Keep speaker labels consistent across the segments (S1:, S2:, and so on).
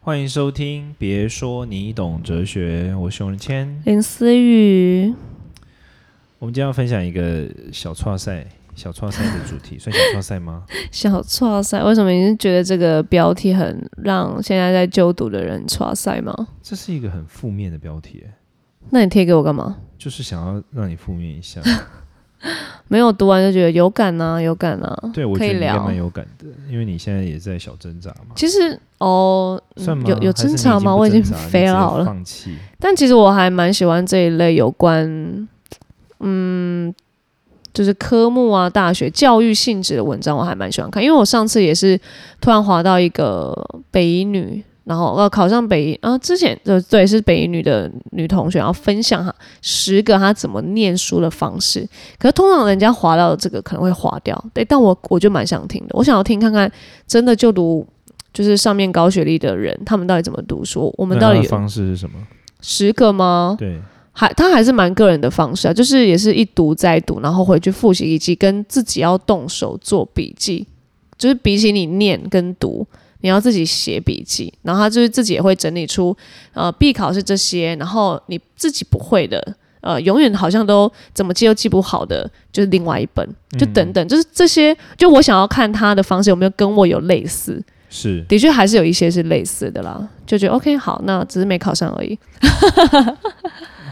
S1: 欢迎收听，别说你懂哲学，我是洪谦。
S2: 林思雨，
S1: 我们今天要分享一个小创赛，小创赛的主题，算小创赛 吗？
S2: 小挫赛，为什么你是觉得这个标题很让现在在就读的人挫赛吗？
S1: 这是一个很负面的标题，
S2: 那你贴给我干嘛？
S1: 就是想要让你负面一 下。
S2: 没有读完就觉得有感呐、有感呐、啊
S1: 对，我
S2: 可
S1: 觉
S2: 以
S1: 得你应该
S2: 聊
S1: 蛮。有感的，因为你现在也在小挣扎嘛。
S2: 其实哦，
S1: 算
S2: 嗯
S1: 吗？
S2: 有有
S1: 还是
S2: 挣
S1: 你
S2: 扎吗？
S1: 不
S2: 我已经
S1: 挣扎你
S2: 肥
S1: 直接
S2: 佬了。
S1: 放弃。
S2: 但其实我还蛮喜欢这一类有关，嗯，就是科目啊、大学教育性质的文章，我还蛮喜欢看。因为我上次也是突然滑到一个北医女，然后呃考上北医啊，之前呃对是北医女的女同学，然后分享哈十个她怎么念书的方式。可是通常人家滑到这个可能会滑掉，对，但我我就蛮想听的，我想要听看看真的就读。就是上面高学历的人，他们到底怎么读书？我
S1: 我
S2: 们到底有
S1: 方式是什么？
S2: 十个吗？
S1: 对，
S2: 还他还是蛮个人的方式啊，就是也是一读再读，然后回去复习以及跟自己要动手做笔记，就是比起你念跟读，你要自己写笔记，然后他就是自己也会整理出，呃，必考是这些，然后你自己不会的，呃，永远好像都怎么记都记不好的，就是另外一本，就等等，就是这些，就我想要看他的方式有没有跟我有类似，
S1: 是
S2: 的确还是有一些是类似的啦，就觉得 OK 好，那只是没考上而已。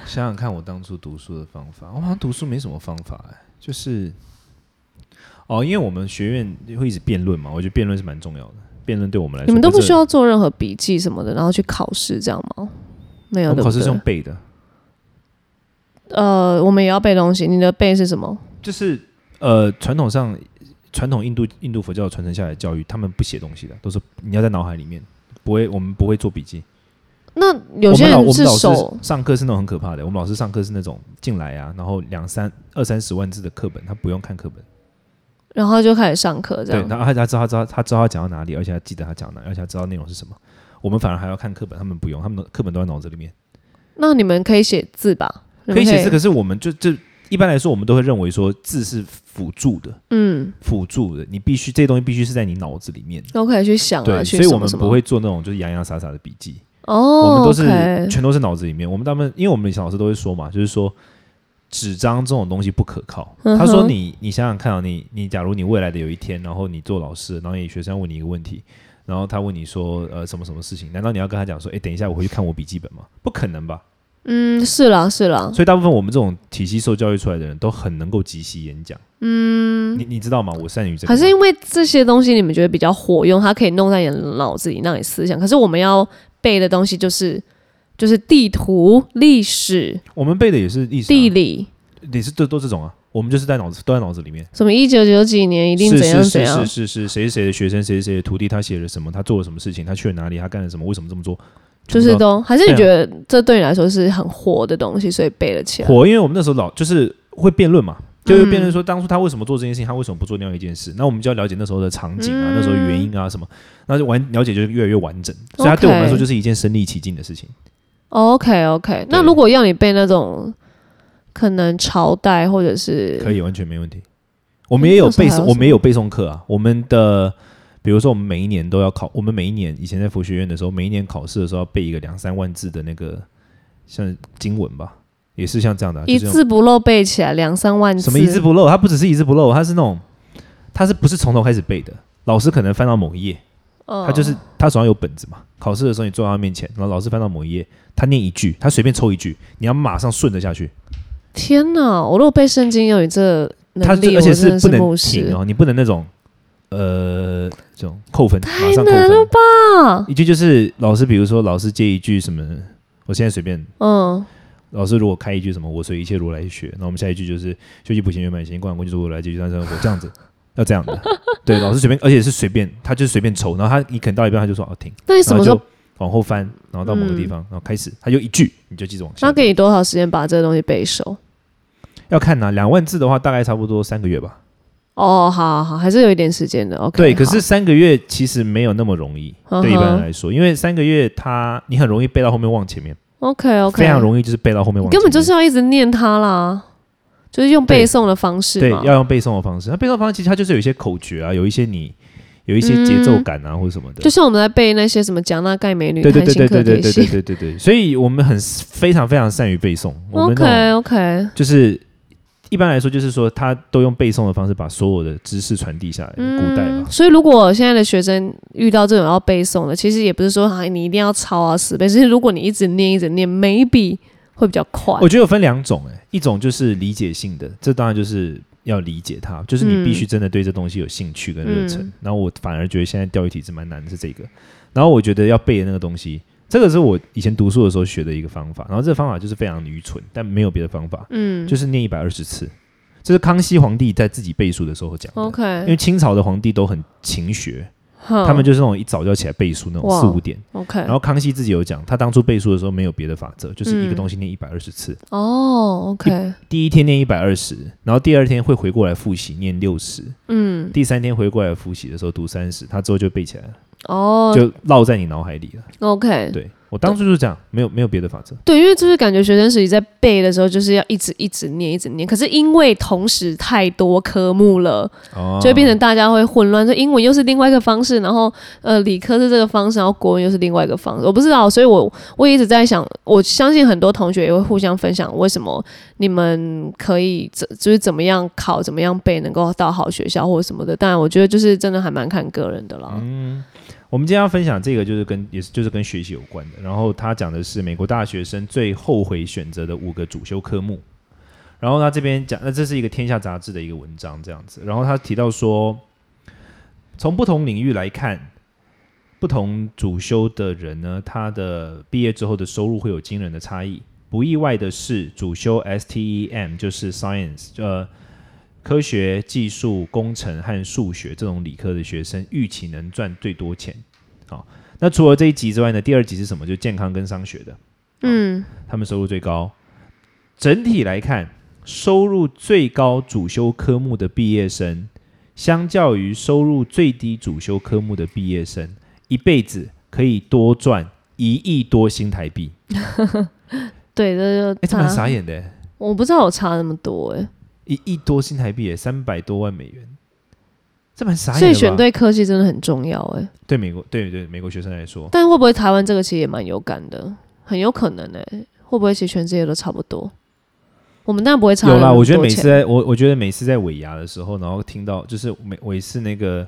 S1: 想想看，我当初读书的方法，我好像读书没什么方法、哎，就是哦，因为我们学院会一直辩论嘛，我觉得辩论是蛮重要的，辩论对我们来说，
S2: 你们都不需
S1: 要，
S2: 要做任何笔记什么的，然后去考试这样吗？没有，
S1: 我们
S2: 对
S1: 哦考
S2: 不
S1: 试是用
S2: 对？
S1: 背的，
S2: 呃，我们也要背东西。你的背是什么？
S1: 就是呃，传统上传统印度印度佛教传承下来的教育，他们不写东西的，都是你要在脑海里面，不会，我们不会做笔记。
S2: 那有些
S1: 我们老
S2: 人
S1: 我们
S2: 是
S1: 老
S2: 手
S1: 师，上课是那种很可怕的，我们老师上课是那种进来啊，然后两三二三十万字的课本，他不用看课本。
S2: 然后就开始上课这
S1: 对，
S2: 样。
S1: 然后他他知道他知道他知道他讲到哪里，而且他记得他讲哪，而且他知道内容是什么。我们反而还要看课本，他们不用，他们的课本都在脑子里面。
S2: 那你们可以写字吧？你
S1: 可
S2: 们
S1: 以写字，可是我们就就一般来说，我们都会认为说字是辅助的，
S2: 嗯，
S1: 辅助的，你必须这些东西必须是在你脑子里面。
S2: 都可以去想啊，
S1: 对，
S2: 去
S1: 所以
S2: 什
S1: 我
S2: 么
S1: 们
S2: 什么。
S1: 不会做那种就是洋洋洒洒的笔记，我
S2: 哦
S1: 们都是
S2: OK
S1: 全都是脑子里面。我们他们因为我们以前老师都会说嘛，就是说纸张这种东西不可靠。
S2: 嗯哼
S1: 他说你你想想看啊，你你假如你未来的有一天，然后你做老师，然后你学生问你一个问题，然后他问你说呃什么什么事情，难道你要跟他讲说，哎，等一下我回去看我笔记本吗？不可能吧。
S2: 嗯，是啦是啦，
S1: 所以大部分我们这种体系受教育出来的人都很能够即席演讲。嗯，你你知道吗？我善于这个
S2: 还
S1: 吗。
S2: 是因为这些东西你们觉得比较火用，它可以弄在你的脑子里，让你思想。可是我们要背的东西就是就是地图、历史、
S1: 我们背的也是历史、啊，
S2: 地理。
S1: 也是都都这种啊。我们就是在脑子都在脑子里面。
S2: 什么一九九几年一定
S1: 是
S2: 怎样
S1: 是
S2: 怎样
S1: 是，是是是，谁是谁的学生，谁是谁的徒弟，他写了什么，他做了什么事情，他去了哪里，他干了什么，为什么这么做，
S2: 就是
S1: 全部
S2: 都还是
S1: 对
S2: 你
S1: 啊
S2: 觉得这对你来说是很活的东西，所以背了起来。
S1: 火。因为我们那时候老就是会辩论嘛，就会辩论
S2: 嗯
S1: 说当初他为什么做这件事情，他为什么不做那样一件事，那我们就要了解那时候的场景啊，那时候原因啊什么，那就完了解就越来越完整。所以他对我们来说
S2: 嗯 OK
S1: 就是一件身临其境的事情。
S2: OK OK，那哦
S1: 对
S2: 如果要你背那种可能朝代或者是
S1: 可以，完全没问题。我们也有
S2: 那时候
S1: 背
S2: 还
S1: 诵，
S2: 有
S1: 我
S2: 什
S1: 们也有背诵课啊。我们的，比如说我们每一年都要考，我们每一年以前在佛学院的时候，每一年考试的时候要背一个两三万字的那个像经文吧，也是像这样的啊、
S2: 一
S1: 就是
S2: 字不漏背起来两三万
S1: 那种
S2: 字，
S1: 什么一字不漏，它不只是一字不漏，它是那种，它是不是从头开始背的？老师可能翻到某一页，
S2: 嗯
S1: 他就是他手上有本子嘛，考试的时候你坐在他面前，然后老师翻到某一页，他念一句，他随便抽一句，你要马上顺着下去。
S2: 天哪！我如果背圣经有你这能
S1: 他
S2: 力，
S1: 而且
S2: 我真的
S1: 不能
S2: 牧
S1: 停
S2: 师
S1: 哦，你不能那种呃这种扣分，马上扣
S2: 难了
S1: 分。
S2: 吧？
S1: 一句就是老师，比如说老师接一句什么，我现在随便。
S2: 嗯，
S1: 老师如果开一句什么，我随一切如来学，那我们下一句就是修习普贤圆满行，观观就是如来，解决三生活，这样子，要这样的。对，老师随便，而且是随便，他就随便抽，然后他你可能到一半他就说哦停，
S2: 那你什
S1: 然后
S2: 么时候
S1: 就？往后翻，然后到某个地
S2: 嗯
S1: 方，然后开始，他就一句，你就记着往
S2: 那
S1: 下。
S2: 给你多少时间把这个东西背熟？
S1: 要看呐、两万字的话大概差不多三个月吧。
S2: 哦，好好好，还是有一点时间的。OK，
S1: 对，可是
S2: 好
S1: 三个月其实没有那么容易，
S2: 嗯哼
S1: 对一般人来说，因为三个月他你很容易背到后面忘前面
S2: OK OK，
S1: 非常容易就是背到后面
S2: 你
S1: 忘前面，
S2: 根本就是要一直念它啦，就是用背诵的方式
S1: 对
S2: 嘛。
S1: 要用背诵的方式。那背诵的方式其实它就是有一些口诀啊，有一些你有一些节奏感啊，或什么的。
S2: 就像我们在背那些什么讲那盖美女、
S1: 对对
S2: 开
S1: 对
S2: 心
S1: 对对对
S2: 课这
S1: 对对
S2: 些。
S1: 对对对，所以我们很非常非常善于背诵，我们那
S2: OK
S1: 种
S2: OK，
S1: 就是一般来说就是说他都用背诵的方式把所有的知识传递下来，古代嘛
S2: 嗯，。所以如果现在的学生遇到这种要背诵的，其实也不是说啊你一定要抄啊死背，只是如果你一直念一直念，maybe 会比较快。
S1: 我觉得有分两种、欸，一种就是理解性的，这当然就是要理解它，就是你必须真的对这东西有兴趣跟热忱。
S2: 嗯
S1: 然后我反而觉得现在教育体制蛮难的是这个，然后我觉得要背的那个东西，这个是我以前读书的时候学的一个方法，然后这个方法就是非常愚蠢，但没有别的方法，
S2: 嗯，
S1: 就是念一百二十次，这是康熙皇帝在自己背书的时候讲的。
S2: OK，
S1: 因为清朝的皇帝都很勤学，
S2: 他
S1: 他们就是那种一早就要起来背书那种
S2: 哇
S1: 四五点。
S2: OK，
S1: 然后康熙自己有讲，他当初背书的时候没有别的法则，就是一个
S2: 嗯
S1: 东西念一百二十次。
S2: 哦，OK，
S1: 第一天念一百二十，然后第二天会回过来复习念六十，
S2: 嗯，
S1: 第三天回过来复习的时候读三十，他之后就背起来了，
S2: 哦
S1: 就烙在你脑海里了。
S2: ，OK，
S1: 对我当初就是这样，没有没有别的法则。
S2: 对，因为就是感觉学生时期在背的时候，就是要一直一直念，一直念。可是因为同时太多科目了，
S1: 哦
S2: 就会变成大家会混乱。就英文又是另外一个方式，然后呃，理科是这个方式，然后国文又是另外一个方式。我不知道，所以我我也一直在想，我相信很多同学也会互相分享，为什么你们可以怎就是怎么样考，怎么样背，能够到好学校或者什么的。但我觉得就是真的还蛮看个人的啦。
S1: 我们今天要分享这个就是跟也是就是跟学习有关的，然后他讲的是美国大学生最后悔选择的五个主修科目，然后他这边讲，那这是一个《天下》杂志的一个文章这样子，然后他提到说，从不同领域来看，不同主修的人呢，他的毕业之后的收入会有惊人的差异。不意外的是，主修 STEM 就是 Science，呃，科学、技术、工程和数学这种理科的学生，预期能赚最多钱。好，那除了这一集之外呢，第二集是什么？就健康跟商学的，
S2: 嗯，
S1: 他们收入最高。整体来看，收入最高主修科目的毕业生，相较于收入最低主修科目的毕业生，一辈子可以多赚一亿多新台币。
S2: 对，这就
S1: 哎，这蛮
S2: 大
S1: 傻眼的，
S2: 我不知道我差那么多哎、
S1: 一亿多新台币，三百多万美元，这蛮傻眼的
S2: 所
S1: 吧。
S2: 以选对科技真的很重要哎、
S1: 对美国对对美国学生来说，
S2: 但会不会台湾这个其实也蛮有感的，很有可能哎、会不会其实全世界都差不多？我们当然不会差
S1: 有
S2: 那
S1: 啦，
S2: 么
S1: 我觉得
S2: 多
S1: 每
S2: 钱
S1: 次在我我觉得每次在尾牙的时候，然后听到就是每每次那个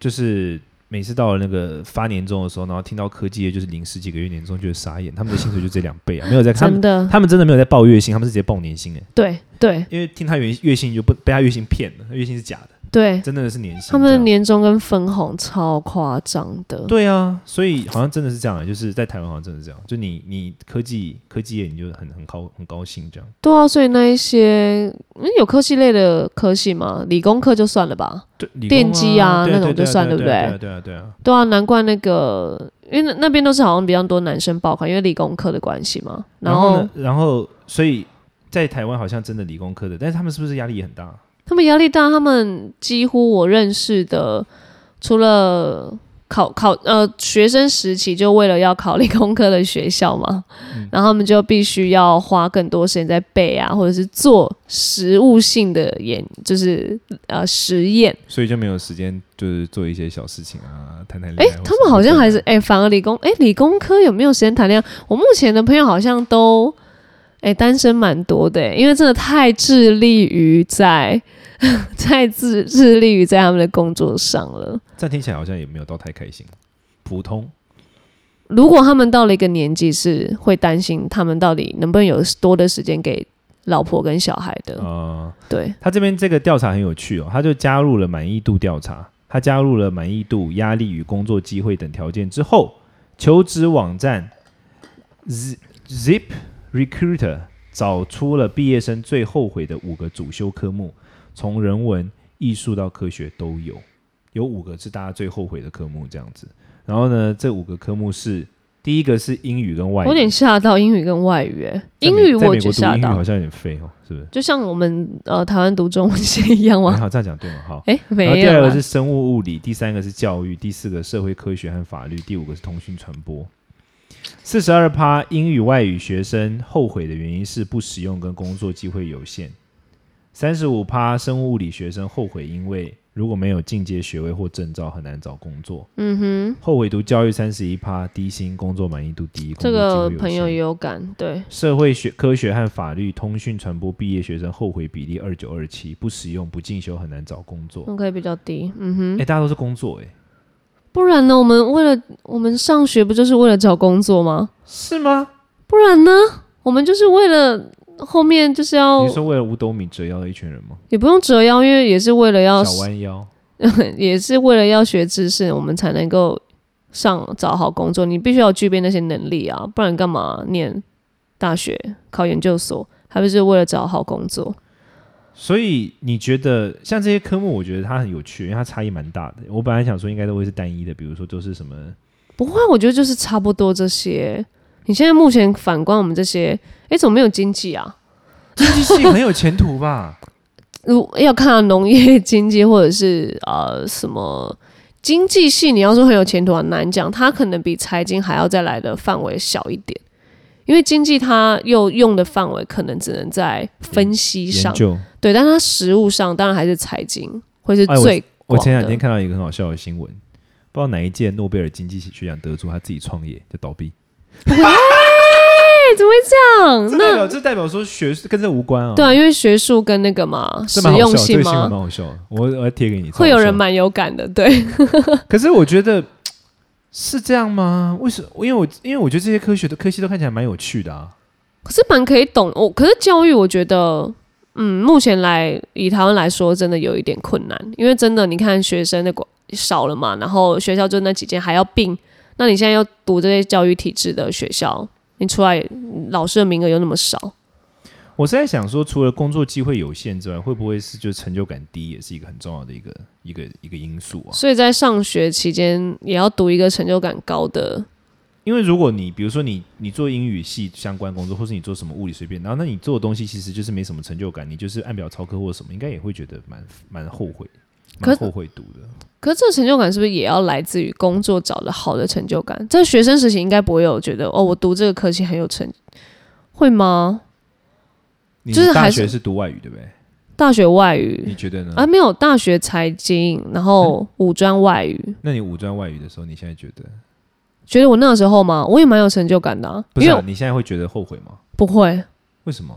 S1: 就是每次到了那个发年终的时候，然后听到科技业就是领十几个月年终，觉得傻眼，他们的薪水就这两倍啊，没有在他
S2: 真
S1: 们
S2: 的
S1: 他们真的没有在报月薪，他们是直接报年薪哎，
S2: 对对
S1: 因为听他月月薪就不被他月薪骗了，月薪是假的，
S2: 对，
S1: 真的是年薪。
S2: 他们的年终跟分红超夸张的，
S1: 对啊，所以好像真的是这样啊，就是在台湾好像真的是这样，就你你科技科技业你就很很高很高兴这样。
S2: 对啊，所以那一些嗯有科技类的科系吗？理工科就算了吧，
S1: 对，理
S2: 电
S1: 工
S2: 机啊
S1: 对
S2: 那
S1: 对
S2: 种
S1: 对
S2: 就
S1: 啊
S2: 算
S1: 对啊
S2: 对不
S1: 对啊对
S2: 对
S1: 啊对啊对啊，
S2: 对啊，难怪那个，因为那那边都是好像比较多男生报考，因为理工科的关系嘛，然
S1: 然呢？然后，所以在台湾好像真的理工科的，但是他们是不是压力也很大？
S2: 他们压力大，他们几乎我认识的，除了考考呃学生时期，就为了要考理工科的学校嘛，然后他们就必须要花更多时间在背啊，或者是做实物性的研，就是呃实验。
S1: 所以就没有时间，就是做一些小事情啊，谈谈
S2: 哎、他们好像还是哎、反而理工哎、理工科有没有时间谈恋爱？我目前的朋友好像都哎、单身蛮多的、哎因为真的太致力于在 太致致力于在他们的工作上了。
S1: 这样听起来好像也没有到太开心，普通。
S2: 如果他们到了一个年纪，是会担心他们到底能不能有多的时间给老婆跟小孩的。
S1: 呃，
S2: 对，
S1: 他这边这个调查很有趣哦，他就加入了满意度调查，他加入了满意度、压力与工作机会等条件之后，求职网站 Z Zip Recruiter 找出了毕业生最后悔的五个主修科目，从人文、艺术到科学都有，有五个是大家最后悔的科目这样子。然后呢，这五个科目是第一个是英语跟外语，
S2: 我有点吓到英语跟外语、哎，
S1: 在
S2: 英
S1: 美
S2: 语
S1: 在
S2: 我
S1: 美
S2: 就
S1: 国读
S2: 吓
S1: 英语
S2: 到
S1: 好，像有点废哦，是不是？
S2: 就像我们呃台湾读中文系一样
S1: 你
S2: 吗？
S1: 好，这样讲哦对吗？好。
S2: 哎、没
S1: 然
S2: 有
S1: 后
S2: 啦。
S1: 第二个是生物物理，第三个是教育，第四个社会科学和法律，第五个是通讯传播。四十二趴英语外语学生后悔的原因是不实用跟工作机会有限。三十五趴生物物理学生后悔因为如果没有进阶学位或证照，很难找工作。
S2: 嗯
S1: 后唯读教育三十一趴，低薪，工作满意度低，
S2: 哼，这个朋友也
S1: 有
S2: 有感，对，
S1: 社会学、科学和法律、通讯传播毕业学生后悔比例二九二七，不实用、不进修，很难找工作。哎、
S2: OK 比较低，嗯哼，
S1: 大家都是工作、哎，
S2: 不然呢？我们为了我们上学不就是为了找工作吗？
S1: 是吗？
S2: 不然呢？我们就是为了后面就是要
S1: 你是说为了五斗米折腰的一群人吗？
S2: 也不用折腰，因为也哦是为了要
S1: 小弯腰，
S2: 也是为了要学知识，我们才能够上找好工作。你必须要具备那些能力啊，不然干嘛念大学、考研究所，还不是为了找好工作？
S1: 所以你觉得像这些科目，我觉得它很有趣，因为它差异蛮大的。我本来想说应该都会是单一的，比如说都是什么
S2: 不会，我觉得就是差不多这些。你现在目前反观我们这些，诶，怎么没有经济啊？
S1: 经济系很有前途 吧？
S2: 如要看到农业经济或者是呃什么经济系，你要说很有前途很难讲，它可能比财经还要再来的范围小一点，因为经济它又用的范围可能只能在分析
S1: 研
S2: 上，
S1: 究。
S2: 对，但它实物上当然还是财经会是
S1: 哎我
S2: 最
S1: 我前两
S2: 广的
S1: 天看到一个很好笑的新闻，不知道哪一届诺贝尔经济学奖得主他自己创业就倒闭，
S2: 哎、怎么会这
S1: 这
S2: 样？那
S1: 代表这代表说学术跟这无关啊。
S2: 对啊，因为学术跟那个嘛
S1: 这
S2: 实
S1: 蛮好
S2: 用
S1: 笑，这
S2: 性
S1: 个新闻
S2: 嘛，
S1: 蛮好笑的，我我要贴给你。
S2: 会有人
S1: 蛮。
S2: 蛮有感的，对，
S1: 可是我觉得是这样吗？为什么？因为我因为我觉得这些科学的科系都看起来蛮有趣的啊。
S2: 可是蛮可以懂我、可是教育我觉得，嗯，目前来以台湾来说，真的有一点困难，因为真的你看学生的管少了嘛，然后学校就那几间还要并，那你现在要读这些教育体制的学校，你出来嗯老师的名额又那么少，
S1: 我是在想说，除了工作机会有限之外，会不会是就成就感低，也是一个很重要的一个一个一个因素啊？
S2: 所以在上学期间也要读一个成就感高的，
S1: 因为如果你比如说你你做英语系相关工作，或是你做什么物理随便，然后那你做的东西其实就是没什么成就感，你就是按表操课或什么，应该也会觉得蛮蛮后悔，
S2: 可
S1: 蛮
S2: 是
S1: 后悔读的。
S2: 可是这个成就感是不是也要来自于工作找的好的成就感？在学生时期应该不会有觉得哦，我读这个科系很有成，会吗？
S1: 你
S2: 就是
S1: 大
S2: 还是
S1: 学是读外语对不对？
S2: 大学外语
S1: 你觉得呢？
S2: 啊，没有大学财经，然后
S1: 嗯
S2: 五专外语，
S1: 那你五专外语的时候，你现在觉得
S2: 觉得我那时候嘛，我也蛮有成就感的、啊，
S1: 不是、
S2: 因
S1: 啊
S2: 为？
S1: 你现在会觉得后悔吗？
S2: 不会，
S1: 为什么？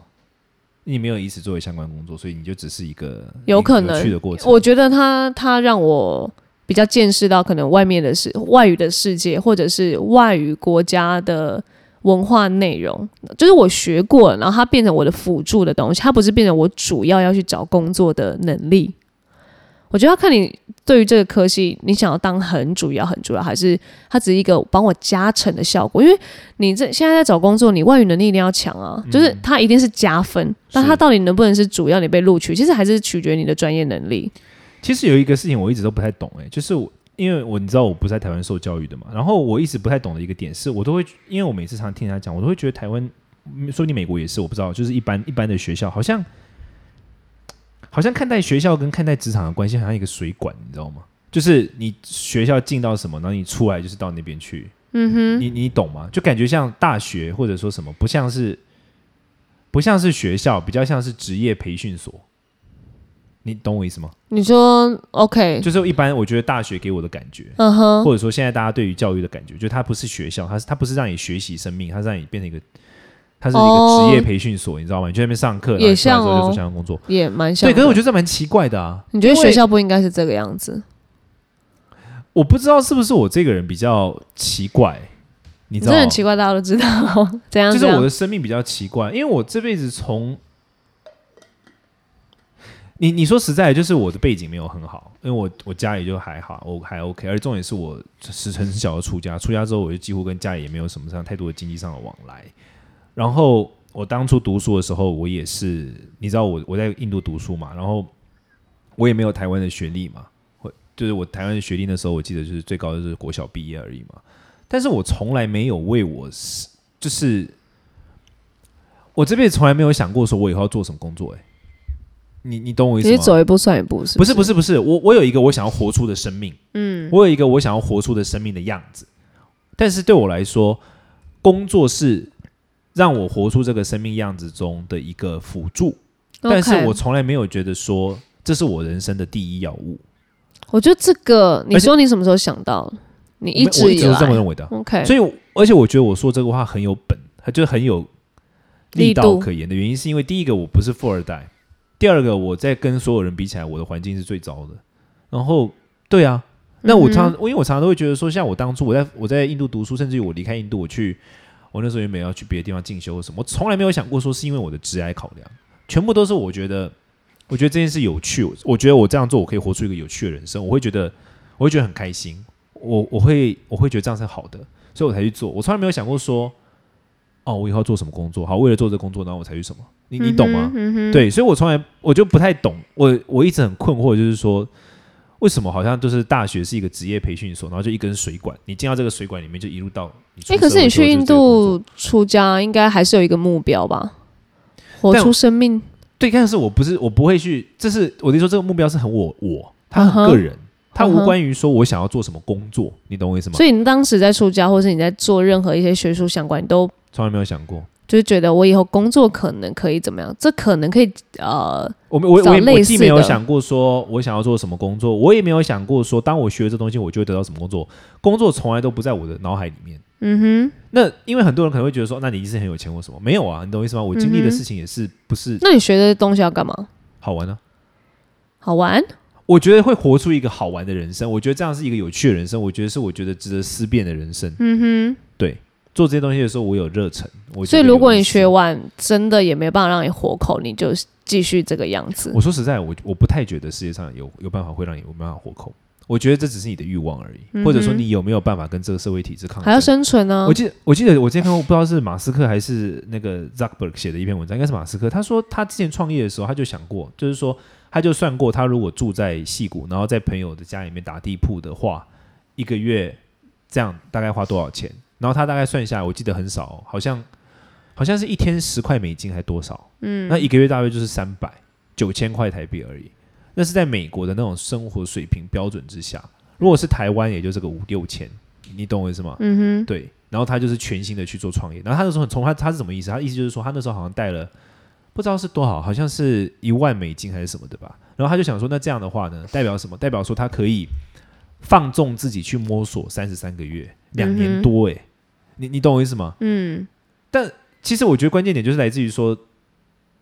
S1: 你没有以此作为相关工作，所以你就只是一个
S2: 有
S1: 一个
S2: 可能
S1: 有趣的过程。
S2: 我觉得他他让我比较见识到可能外面的世外语的世界，或者是外语国家的文化内容，就是我学过了，然后它变成我的辅助的东西，它不是变成我主要要去找工作的能力。我觉得要看你对于这个科系，你想要当很主要、很主要，还是它只是一个帮我加成的效果？因为你这现在在找工作，你外语能力一定要强啊，
S1: 嗯
S2: 就是它一定是加分，但它到底能不能是主要你被录取，其实还是取决于你的专业能力。
S1: 其实有一个事情我一直都不太懂、欸，哎，就是我因为我你知道我不是在台湾受教育的嘛，然后我一直不太懂的一个点是，我都会因为我每次常听人家讲，我都会觉得台湾，嗯说你美国也是，我不知道，就是一般一般的学校好像。好像看待学校跟看待职场的关系，好像一个水管，你知道吗？就是你学校进到什么，然后你出来就是到那边去，
S2: 嗯哼，
S1: 你你懂吗？就感觉像大学或者说什么，不像是不像是学校，比较像是职业培训所。你懂我意思吗？
S2: 你说 OK，
S1: 就是一般我觉得大学给我的感觉，
S2: 嗯哼，
S1: 或者说现在大家对于教育的感觉，就它不是学校，它是它不是让你学习生命，它是让你变成一个，它是一
S2: 哦
S1: 个职业培训所，你知道吗？你去那边上课，然后
S2: 也
S1: 你出来之后
S2: 像
S1: 就做
S2: 哦
S1: 相关工作。
S2: 也蛮像
S1: 对，
S2: 哦的。
S1: 可是我觉得这蛮奇怪的啊。
S2: 你觉得
S1: 因为
S2: 学校不应该是这个样子？
S1: 我不知道是不是我这个人比较奇怪，你
S2: 你
S1: 知
S2: 这
S1: 道吗
S2: 很？奇怪，大家都知道 怎样
S1: 就是
S2: 怎样。
S1: 我的生命比较奇怪，因为我这辈子从你你说实在的，就是我的背景没有很好，因为我我家里就还好，我还 OK，而重点是我是很小的出家，出家之后我就几乎跟家里也没有什么上太多的经济上的往来。然后我当初读书的时候，我也是，你知道我我在印度读书嘛，然后我也没有台湾的学历嘛，我就是我台湾的学历那时候，我记得就是最高就是国小毕业而已嘛。但是我从来没有为我是就是我这辈子从来没有想过说我以后要做什么工作、欸，你你懂我意
S2: 你
S1: 思吗？
S2: 是走一步算一步，是
S1: 不
S2: 是
S1: 是不是不是，我我有一个我想要活出的生命，嗯，我有一个我想要活出的生命的样子。但是对我来说，工作是让我活出这个生命样子中的一个辅助，但是
S2: OK
S1: 我从来没有觉得说这是我人生的第一要务。
S2: 我觉得这个，你
S1: 而且
S2: 说你什么时候想到？你一
S1: 没我
S2: 直
S1: 一
S2: 以
S1: 直都
S2: 来
S1: 这么认为的啊。
S2: OK，
S1: 所以我，而且我觉得我说这个话很有本，它就是很有力
S2: 力
S1: 道
S2: 度
S1: 可言的原因，是因为第一个我不是富二代，第二个我在跟所有人比起来，我的环境是最糟的。然后，对啊，那
S2: 嗯
S1: 我常、我因为我常常都会觉得说，像我当初我在我在印度读书，甚至于我离开印度，我去我那时候原本要去别的地方进修或什么，我从来没有想过说是因为我的职业考量，全部都是我觉得我觉得这件事有趣，我我觉得我这样做我可以活出一个有趣的人生，我会觉得我会觉得很开心，我我会我会觉得这样是好的，所以我才去做，我从来没有想过说。哦，我以后要做什么工作？好，为了做这工作，然后我才去什么？你你懂吗？
S2: 嗯哼，
S1: 对，所以我从来我就不太懂，我我一直很困惑，就是说为什么好像就是大学是一个职业培训所，然后就一根水管，你进到这个水管里面就一路到你出
S2: 哎、可
S1: 社
S2: 是
S1: 会
S2: 你
S1: 之后
S2: 去
S1: 就是
S2: 印
S1: 这个工作
S2: 度出家，应该还是有一个目标吧？活
S1: 但
S2: 出生命，
S1: 对，但是我不是我不会去，这是我的说这个目标是很我我，他
S2: 嗯
S1: 很
S2: 哼
S1: 个人，他
S2: 嗯
S1: 无
S2: 哼
S1: 关于说我想要做什么工作，你懂我意思吗？
S2: 所以你当时在出家，或是你在做任何一些学术相关，你都
S1: 从来没有想过，
S2: 就是觉得我以后工作可能可以怎么样？这可能可以呃，
S1: 我没我
S2: 找
S1: 我也我
S2: 类
S1: 既
S2: 似
S1: 没有
S2: 的
S1: 想过说我想要做什么工作，我也没有想过说当我学了这东西我就会得到什么工作，工作从来都不在我的脑海里面。
S2: 嗯哼。
S1: 那因为很多人可能会觉得说，那你一定是很有钱或什么？没有啊，你懂我意思吗？我经历的事情也是不是
S2: 那你学的东西要干嘛？
S1: 好玩呢、啊
S2: 好玩？
S1: 我觉得会活出一个好玩的人生，我觉得这样是一个有趣的人生，我觉得是我觉得值得思辨的人生。
S2: 嗯
S1: 做这些东西的时候，我有热忱。我
S2: 哼。
S1: 觉
S2: 所
S1: 得
S2: 以如果
S1: 有意
S2: 你
S1: 思
S2: 学，完真的也没办法让你活口，你就继续这个样子。
S1: 我说实在，我我不太觉得世界上有有办法会让你有办法活口。我觉得这只是你的欲望而已，
S2: 嗯哼
S1: 或者说你有没有办法跟这个社会体制抗
S2: 还要
S1: 争。
S2: 生存啊呢、
S1: 我记得我记得我之前看过，不知道是马斯克还是那个 Zuckerberg 写的一篇文章，应该是马斯克。他说他之前创业的时候，他就想过，就是说他就算过，他如果住在戏谷，然后在朋友的家里面打地铺的话，一个月这样大概花多少钱？然后他大概算下来，我记得很少哦、好像好像是一天十块美金还多少？嗯，那一个月大约就是三百九千块台币而已。那是在美国的那种生活水平标准之下，如果是台湾，也就是个五六千，你懂我意思吗？
S2: 嗯
S1: 对，然后他就是全心的去做创业。然后他那时候很从他他是什么意思？他意思就是说他那时候好像带了不知道是多少，好像是一万美金还是什么的吧。然后他就想说，那这样的话呢，代表什么？代表说他可以放纵自己去摸索三十三个月，两
S2: 嗯
S1: 年
S2: 哼
S1: 多、欸。你你懂我意思吗？
S2: 哼，嗯
S1: 其实我觉得关键点就是来自于说，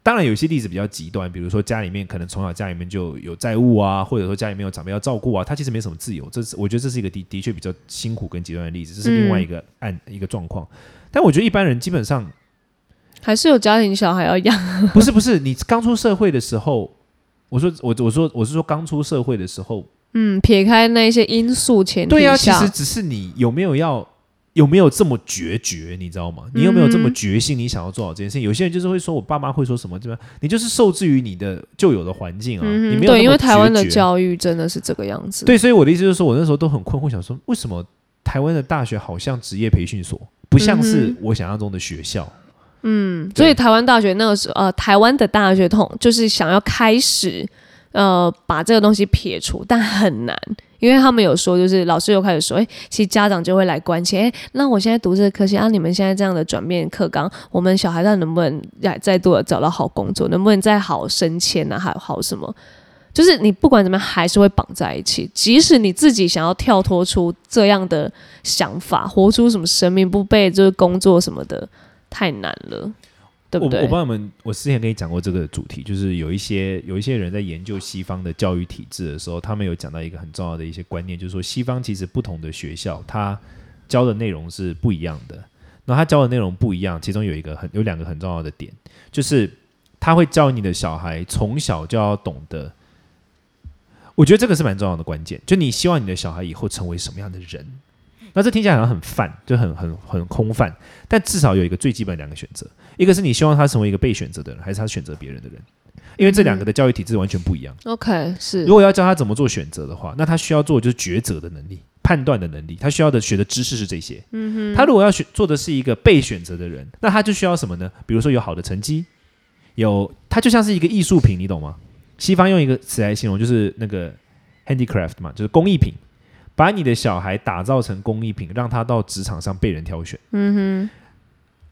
S1: 当然有些例子比较极端，比如说家里面可能从小家里面就有债务啊，或者说家里面有长辈要照顾啊，他其实没什么自由。这是我觉得这是一个的的确比较辛苦跟极端的例子，这是另外一个案、一个状况。但我觉得一般人基本上
S2: 还是有家庭小孩要养。
S1: 不是不是你刚出社会的时候，我说我我说我是说刚出社会的时候，
S2: 嗯，撇开那些因素前提
S1: 对呀、其
S2: 下，
S1: 实只是你有没有要有没有这么决绝，你知道吗？你有没有这么
S2: 嗯
S1: 决心，你想要做好这件事情？有些人就是会说，我爸妈会说什么，对吧？你就是受制于你的旧有的环境啊，
S2: 嗯
S1: 你
S2: 哼，
S1: 没有
S2: 对，因
S1: 那么
S2: 为台湾的
S1: 决绝
S2: 教育真的是这个样子。
S1: 对，所以我的意思就是说，我那时候都很困惑，想说为什么台湾的大学好像职业培训所，不像是
S2: 嗯
S1: 我想象中的学校。
S2: 嗯，所以
S1: 对
S2: 台湾大学那个时候，呃，台湾的大学统就是想要开始，呃，把这个东西撇除，但很难，因为他们有说，就是老师又开始说，哎、其实家长就会来关切，哎、那我现在读这个科系啊，你们现在这样的转变课纲，我们小孩到底能不能再再度的找到好工作，能不能再好升迁啊，还有好什么？就是你不管怎么样，还是会绑在一起。即使你自己想要跳脱出这样的想法，活出什么生命，不被就是工作什么的太难了，对
S1: 我
S2: 不
S1: 我
S2: 对
S1: 不知？道你们，我之前跟你讲过这个主题，就是有一些有一些人在研究西方的教育体制的时候，他们有讲到一个很重要的一些观念，就是说西方其实不同的学校，它教的内容是不一样的。然后他教的内容不一样，其中有一个很有两个很重要的点，就是他会教你的小孩从小就要懂得。我觉得这个是蛮重要的关键，就你希望你的小孩以后成为什么样的人。那这听起来好像很泛，就很很很空泛，但至少有一个最基本的两个选择，一个是你希望他成为一个被选择的人，还是他选择别人的人？因为这两个的教育体制完全不一样。
S2: OK，是
S1: 如果要教他怎么做选择的话，那他需要做的就是抉择的能力、判断的能力，他需要的学的知识是这些。嗯哼，他如果要选做的是一个被选择的人，那他就需要什么呢？比如说有好的成绩，有他就像是一个艺术品，你懂吗？西方用一个词来形容，就是那个 handicraft 嘛，就是工艺品，把你的小孩打造成工艺品，让他到职场上被人挑选。嗯哼，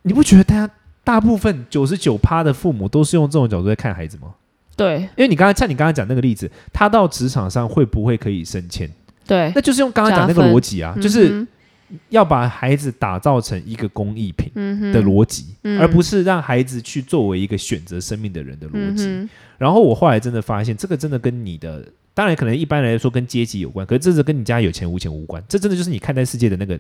S1: 你不觉得大家大部分九十九趴的父母都是用这种角度在看孩子吗？
S2: 对
S1: 因为你刚才像你刚才讲那个例子，他到职场上会不会可以升迁？
S2: 对，
S1: 那就是用刚刚讲那
S2: 加
S1: 个
S2: 分
S1: 逻辑啊，就是
S2: 嗯哼
S1: 要把孩子打造成一个工艺品
S2: 嗯哼
S1: 的逻辑，
S2: 嗯
S1: 而不是让孩子去作为一个选择生命的人的逻辑。
S2: 嗯哼
S1: 然后我后来真的发现，这个真的跟你的，当然可能一般来说跟阶级有关，可是这是跟你家有钱无钱无关，这真的就是你看待世界的那个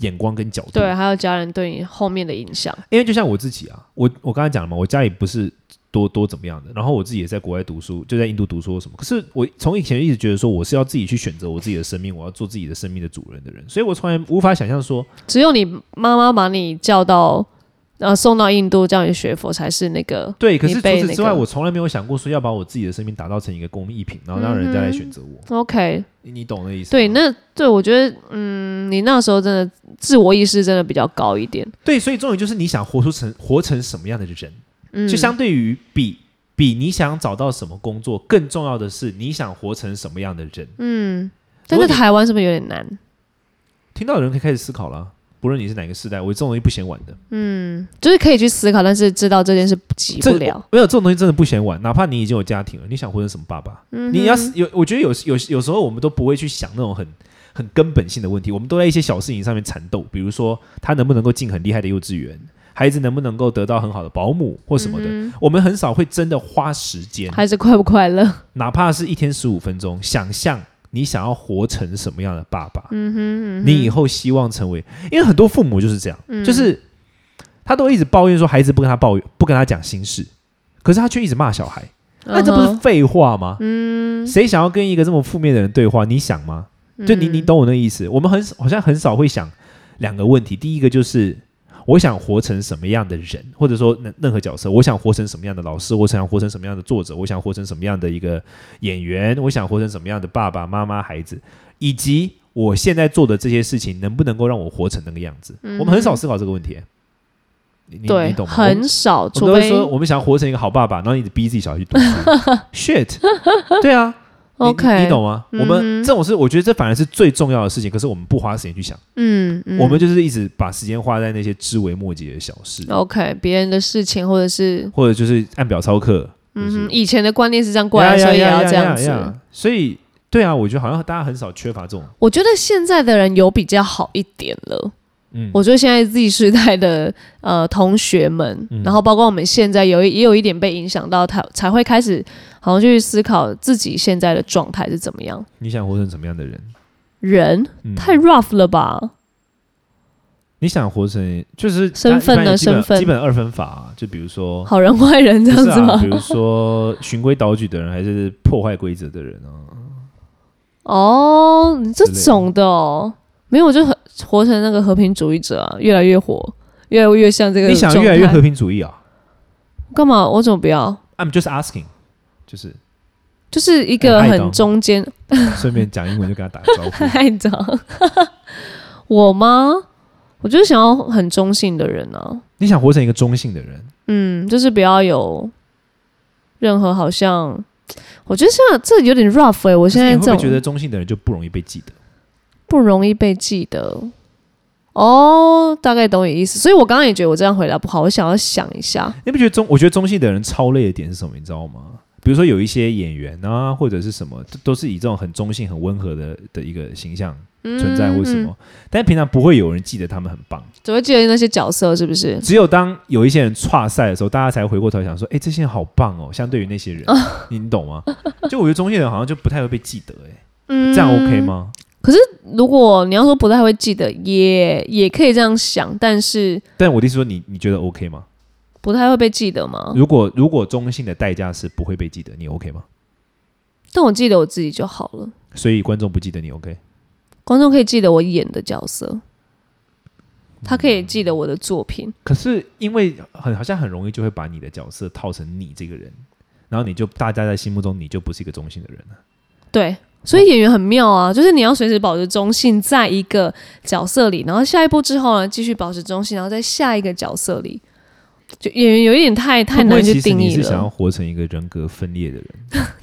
S1: 眼光跟角度。
S2: 对，还有家人对你后面的影响，
S1: 因为就像我自己啊，我我刚才讲了嘛，我家里不是多多怎么样的，然后我自己也在国外读书，就在印度读书什么。可是我从以前一直觉得说，我是要自己去选择我自己的生命，我要做自己的生命的主人的人，所以我从来无法想象说，
S2: 只有你妈妈把你叫到呃送到印度叫你学佛才是那个
S1: 对。可是除
S2: 你被
S1: 此之外，
S2: 那个
S1: 我从来没有想过说要把我自己的生命打造成一个工艺品，然后让人家来选择我。
S2: OK，
S1: 你你懂那意思吗？
S2: 嗯对，那对我觉得嗯，你那时候真的自我意识真的比较高一点，
S1: 对，所以重点就是你想活出成活成什么样的人，
S2: 嗯，
S1: 就相对于比比你想找到什么工作更重要的是你想活成什么样的人。
S2: 嗯，但
S1: 如果
S2: 在
S1: 你
S2: 台湾是不是有点难？
S1: 听到的人可以开始思考了，不论你是哪个世代，我这种东西不嫌晚的，
S2: 就是可以去思考，但是知道这件事急不
S1: 这
S2: 了。
S1: 没有这种东西真的不嫌晚，哪怕你已经有家庭了，你想活成什么爸爸？
S2: 嗯
S1: 你要是有，我觉得有有有时候我们都不会去想那种很。很根本性的问题，我们都在一些小事情上面缠斗，比如说他能不能够进很厉害的幼稚园，孩子能不能够得到很好的保姆或什么的，
S2: 嗯
S1: 我们很少会真的花时间
S2: 孩子快不快乐？
S1: 哪怕是一天十五分钟，想象你想要活成什么样的爸爸，嗯哼，嗯你以后希望成为，因为很多父母就是这样，就是他都一直抱怨说孩子不跟他抱怨，不跟他讲心事，可是他却一直骂小孩，那啊这不是
S2: 嗯哼
S1: 废话吗？嗯，谁想要跟一个这么负面的人对话？你想吗？就你，你懂我那意思？我们很好像很少会想两个问题，第一个就是。我想活成什么样的人，或者说任任何角色，我想活成什么样的老师，我想活成什么样的作者，我想活成什么样的一个演员，我想活成什么样的爸爸妈妈、孩子，以及我现在做的这些事情能不能够让我活成那个样子？我们很少思考这个问题，你你
S2: 对
S1: 你，懂吗？我们
S2: 很少，
S1: 我们
S2: 除
S1: 都会
S2: 非
S1: 说我们想活成一个好爸爸，然后一直逼自己小孩去 读书，shit，对啊，你你
S2: OK，
S1: 你懂吗？我们
S2: 嗯哼
S1: 这种事，我觉得这反而是最重要的事情，可是我们不花时间去想，
S2: 嗯，嗯
S1: 我们就是一直把时间花在那些枝微末节的小事，
S2: OK 别人的事情，或者是
S1: 或者就是按表操课，
S2: 嗯
S1: 就是
S2: 哼，以前的观念是这样过来，
S1: 呀呀
S2: 所以也
S1: 呀
S2: 要
S1: 呀
S2: 这样
S1: 呀
S2: 子。
S1: 呀所以对啊，我觉得好像大家很少缺乏这种，
S2: 我觉得现在的人有比较好一点了。
S1: 嗯，
S2: 我觉得现在 Z 世代的呃同学们，
S1: 嗯
S2: 然后包括我们现在有一也有一点被影响到，他才会开始好像去思考自己现在的状态是怎么样。
S1: 你想活成什么样的人？
S2: 人
S1: 嗯，
S2: 太 rough 了吧？
S1: 你想活成就是
S2: 身份呢
S1: 一般有基本
S2: 身份
S1: 基本二分法啊、就比如说。
S2: 好人坏人这
S1: 不
S2: 样
S1: 是
S2: 子吗
S1: 啊，？比如说循规蹈矩的人，还是破坏规则的人啊？
S2: 哦，你这
S1: 之类的
S2: 种的哦，没有，我就很活成那个和平主义者啊，越来越火，越来越像这个
S1: 你想越来越
S2: 状态
S1: 和平主义啊
S2: 干嘛？我怎么不要？
S1: ？I'm just asking，就是
S2: 就是一个
S1: 哎爱
S2: 很
S1: 懂
S2: 中间
S1: 顺便讲英文就跟他打招呼。
S2: 爱长， 我吗？我就是想要很中性的人啊，
S1: 你想活成一个中性的人，
S2: 嗯，就是不要有任何好像，我觉得现在这有点 rough 哎、我现在
S1: 你会不
S2: 这
S1: 会觉得
S2: 种
S1: 中性的人就不容易被记得？
S2: 不容易被记得。哦，大概懂你意思，所以我刚刚也觉得我这样回答不好，我想要想一下。
S1: 你不觉得中？我觉得中性的人超累的点是什么？你知道吗？比如说有一些演员啊，或者是什么，都都是以这种很中性、很温和的的一个形象存在，或什
S2: 嗯
S1: 么，但平常不会有人记得他们很棒。
S2: 只会记得那些角色，是不是？
S1: 只有当有一些人岔赛的时候，大家才回过头想说：“哎、这些人好棒哦！”相对于那些人，你你懂 吗？就我觉得中性的人好像就不太会被记得、哎，
S2: 嗯
S1: 这样 OK？吗？
S2: 如果你要说不太会记得，也也可以这样想，但是
S1: 但我的意思说你，你觉得 OK 吗？
S2: 不太会被记得吗？
S1: 如果如果中性的代价是不会被记得，你 OK 吗？
S2: 但我记得我自己就好了，
S1: 所以观众不记得你 OK，
S2: 观众可以记得我演的角色，他可以记得我的作品。
S1: 可是因为很好像很容易就会把你的角色套成你这个人，然后你就大家在心目中你就不是一个中性的人了。
S2: 对，所以演员很妙啊，就是你要随时保持中性，在一个角色里，然后下一步之后呢，继续保持中性，然后在下一个角色里。就演员有一点太太
S1: 会不会
S2: 难
S1: 其
S2: 去
S1: 实
S2: 定
S1: 你
S2: 义
S1: 是想要
S2: 了，
S1: 活成一个人格分裂的 人，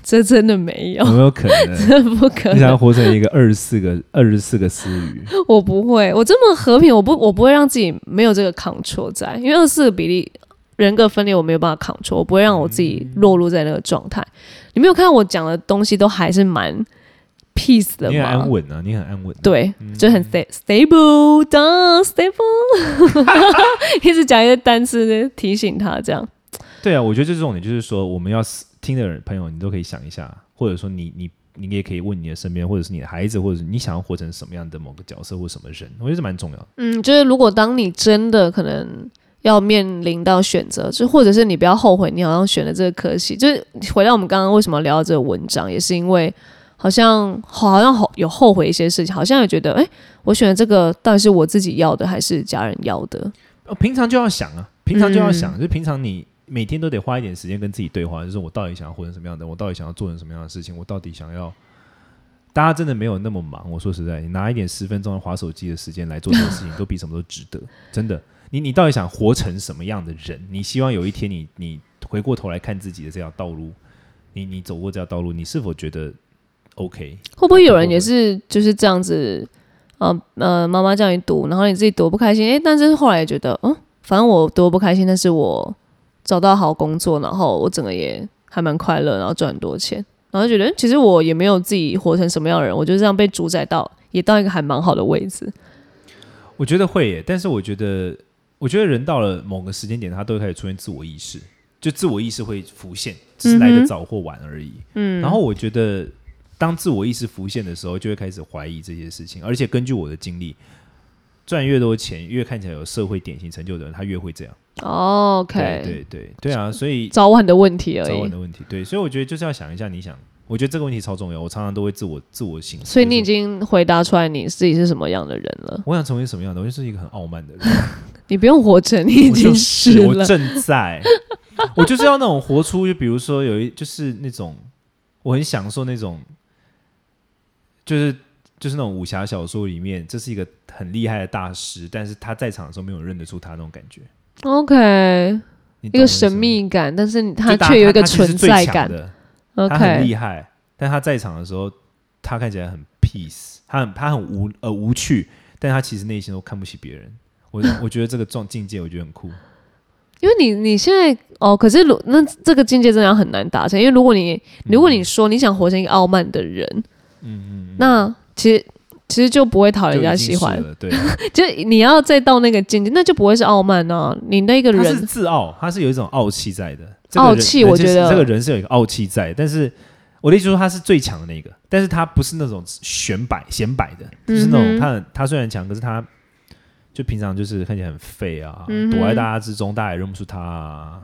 S2: 这真的没有
S1: 有，没有可能？
S2: 这不可
S1: 你想
S2: 能
S1: 要。活成一个二十四个二十四个思雨，
S2: 我不会，我这么和平，我不我不会让自己没有这个 control 在，因为二四的比例人格分裂我没有办法 control，我不会让我自己落入在那个状态。你没有看到我讲的东西都还是蛮 peace 的
S1: 你很安
S2: 吗？
S1: 稳啊，你很安稳、啊。，
S2: 对，就很 sta stable down stable，一直讲一些单词提醒他这样。
S1: 对啊，我觉得这重点就是说，我们要思听的人朋友，你都可以想一下，或者说你你你也可以问你的身边，或者是你的孩子，或者是你想要活成什么样的某个角色或什么人，我觉得这蛮重要的。
S2: 嗯，就是如果当你真的可能要面临到选择，就或者是你不要后悔你好像选了这个科系，就是回到我们刚刚为什么聊到这个文章，也是因为好像好像后有后悔一些事情，好像也觉得哎、诶我选的这个到底是我自己要的还是家人要的？
S1: 呃，平常就要想啊，平常就要
S2: 嗯
S1: 想，就是平常你每天都得花一点时间跟自己对话，就是我到底想要活成什么样的人，我到底想要做成什么样的事情，我到底想要。大家真的没有那么忙，我说实在，你拿一点十分钟的划手机的时间来做这个事情，都比什么都值得。真的，你你到底想活成什么样的人？你希望有一天你你回过头来看自己的这条道路，你你走过这条道路，你是否觉得 OK？
S2: 会不会有人也是就是这样子？嗯呃，妈妈叫你读，然后你自己读不开心，诶，但是后来也觉得，嗯，反正我读不开心，但是我找到好工作，然后我整个也还蛮快乐，然后赚很多钱，然后就觉得诶其实我也没有自己活成什么样的人，我就这样被主宰到，也到一个还蛮好的位置。
S1: 我觉得会耶，但是我觉得，我觉得人到了某个时间点，他都会开始出现自我意识，就自我意识会浮现，只是来
S2: 嗯
S1: 的
S2: 哼
S1: 早或晚而已。嗯，然后我觉得，当自我意识浮现的时候，就会开始怀疑这些事情，而且根据我的经历，赚越多钱，越看起来有社会典型成就的人，他越会这样。
S2: 哦 OK，
S1: 对对对对啊，所以
S2: 早晚的问题而
S1: 早晚
S2: 已。
S1: 的问题，对，所以我觉得就是要想一下，你想，我觉得这个问题超重要，我常常都会自我自我醒思，
S2: 所以你已
S1: 就是
S2: 经回答出来你自己是什么样的人了，
S1: 我想成为什么样的，我就是一个很傲慢的人。
S2: 你不用活着，你已
S1: 我
S2: 经
S1: 就是我
S2: 了。
S1: 正在， 我就是要那种活出，就比如说有一就是那种我很享受那种，就是就是那种武侠小说里面，这是一个很厉害的大师，但是他在场的时候没有人认得出他那种感觉，
S2: OK，
S1: 你懂我
S2: 一个
S1: 意思
S2: 神
S1: 吗，
S2: 秘感，但是你
S1: 就
S2: 它
S1: 大
S2: 却有一个
S1: 他其实是
S2: 存
S1: 最
S2: 在
S1: 强
S2: 感。
S1: 的他很
S2: OK，
S1: 厉害，但他在场的时候，他看起来很 peace，他很他很无呃无趣，但他其实内心都看不起别人。我我觉得这个状境界，我觉得很酷。
S2: 因为你你现在哦，可是如那这个境界真的要很难达成，因为如果你如果你说你想活成一个傲慢的人，嗯嗯，那其实其实就不会讨人
S1: 就
S2: 家
S1: 已经
S2: 哦喜
S1: 是
S2: 欢，
S1: 了，对，
S2: 就你要再到那个境界，那就不会是傲慢啊，你那个
S1: 他是
S2: 人
S1: 自傲，他是有一种傲气在的。这个
S2: 傲
S1: 人
S2: 气
S1: 人
S2: 我
S1: 是
S2: 觉得
S1: 这个人是有一个傲气在，但是我的意思说他是最强的那个，但是他不是那种显摆显摆的，就是那种
S2: 嗯哼
S1: 他很他虽然强，可是他就平常就是看起来很废啊，
S2: 嗯哼
S1: 躲在大家之中，大家也认不出他啊，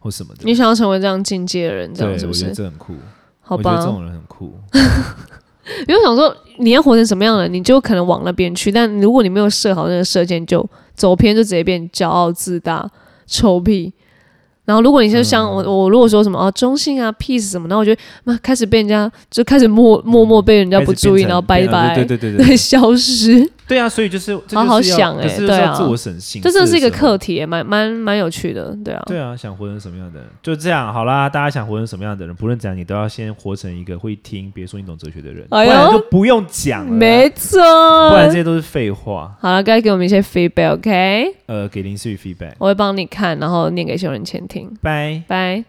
S1: 或什么的。
S2: 你想要成为这样境界的人，这样
S1: 对，
S2: 是
S1: 我
S2: 不
S1: 觉得
S2: 是？
S1: 这很酷，
S2: 好
S1: 我觉得这
S2: 吧，
S1: 种人很酷。
S2: 因为我想说你要活成什么样的人，你就可能往那边去，但如果你没有设好那个射箭，就走偏，就直接变骄傲自大、臭屁。然后，如果你就像
S1: 嗯
S2: 我，我如果说什么哦，中性啊，peace 什么，然后我觉得那开始被人家就开始默默默被人家不注意，然后
S1: 开
S2: 拜
S1: 始变成
S2: 拜，
S1: 对对对对对
S2: 消失。
S1: 对啊！所以就是这
S2: 好好
S1: 就是要
S2: 想
S1: 可
S2: 欸
S1: 是就是
S2: 对
S1: 要
S2: 啊
S1: 自我审视，
S2: 这真的是一个课
S1: 课。
S2: 题耶，蛮蛮蛮有趣的，对啊。
S1: 对啊，想活成什么样的人，就这样好啦。大家想活成什么样的人，不论怎样，你都要先活成一个会听，别说你懂哲学的人，
S2: 哎呦
S1: 不然就不用讲了，
S2: 没错。
S1: 不然这些都是废话。
S2: 好了，该给我们一些 feedback，OK？、哦
S1: 呃，给林思雨 feedback，
S2: 我会帮你看，然后念给修人前听。
S1: 拜。
S2: 拜。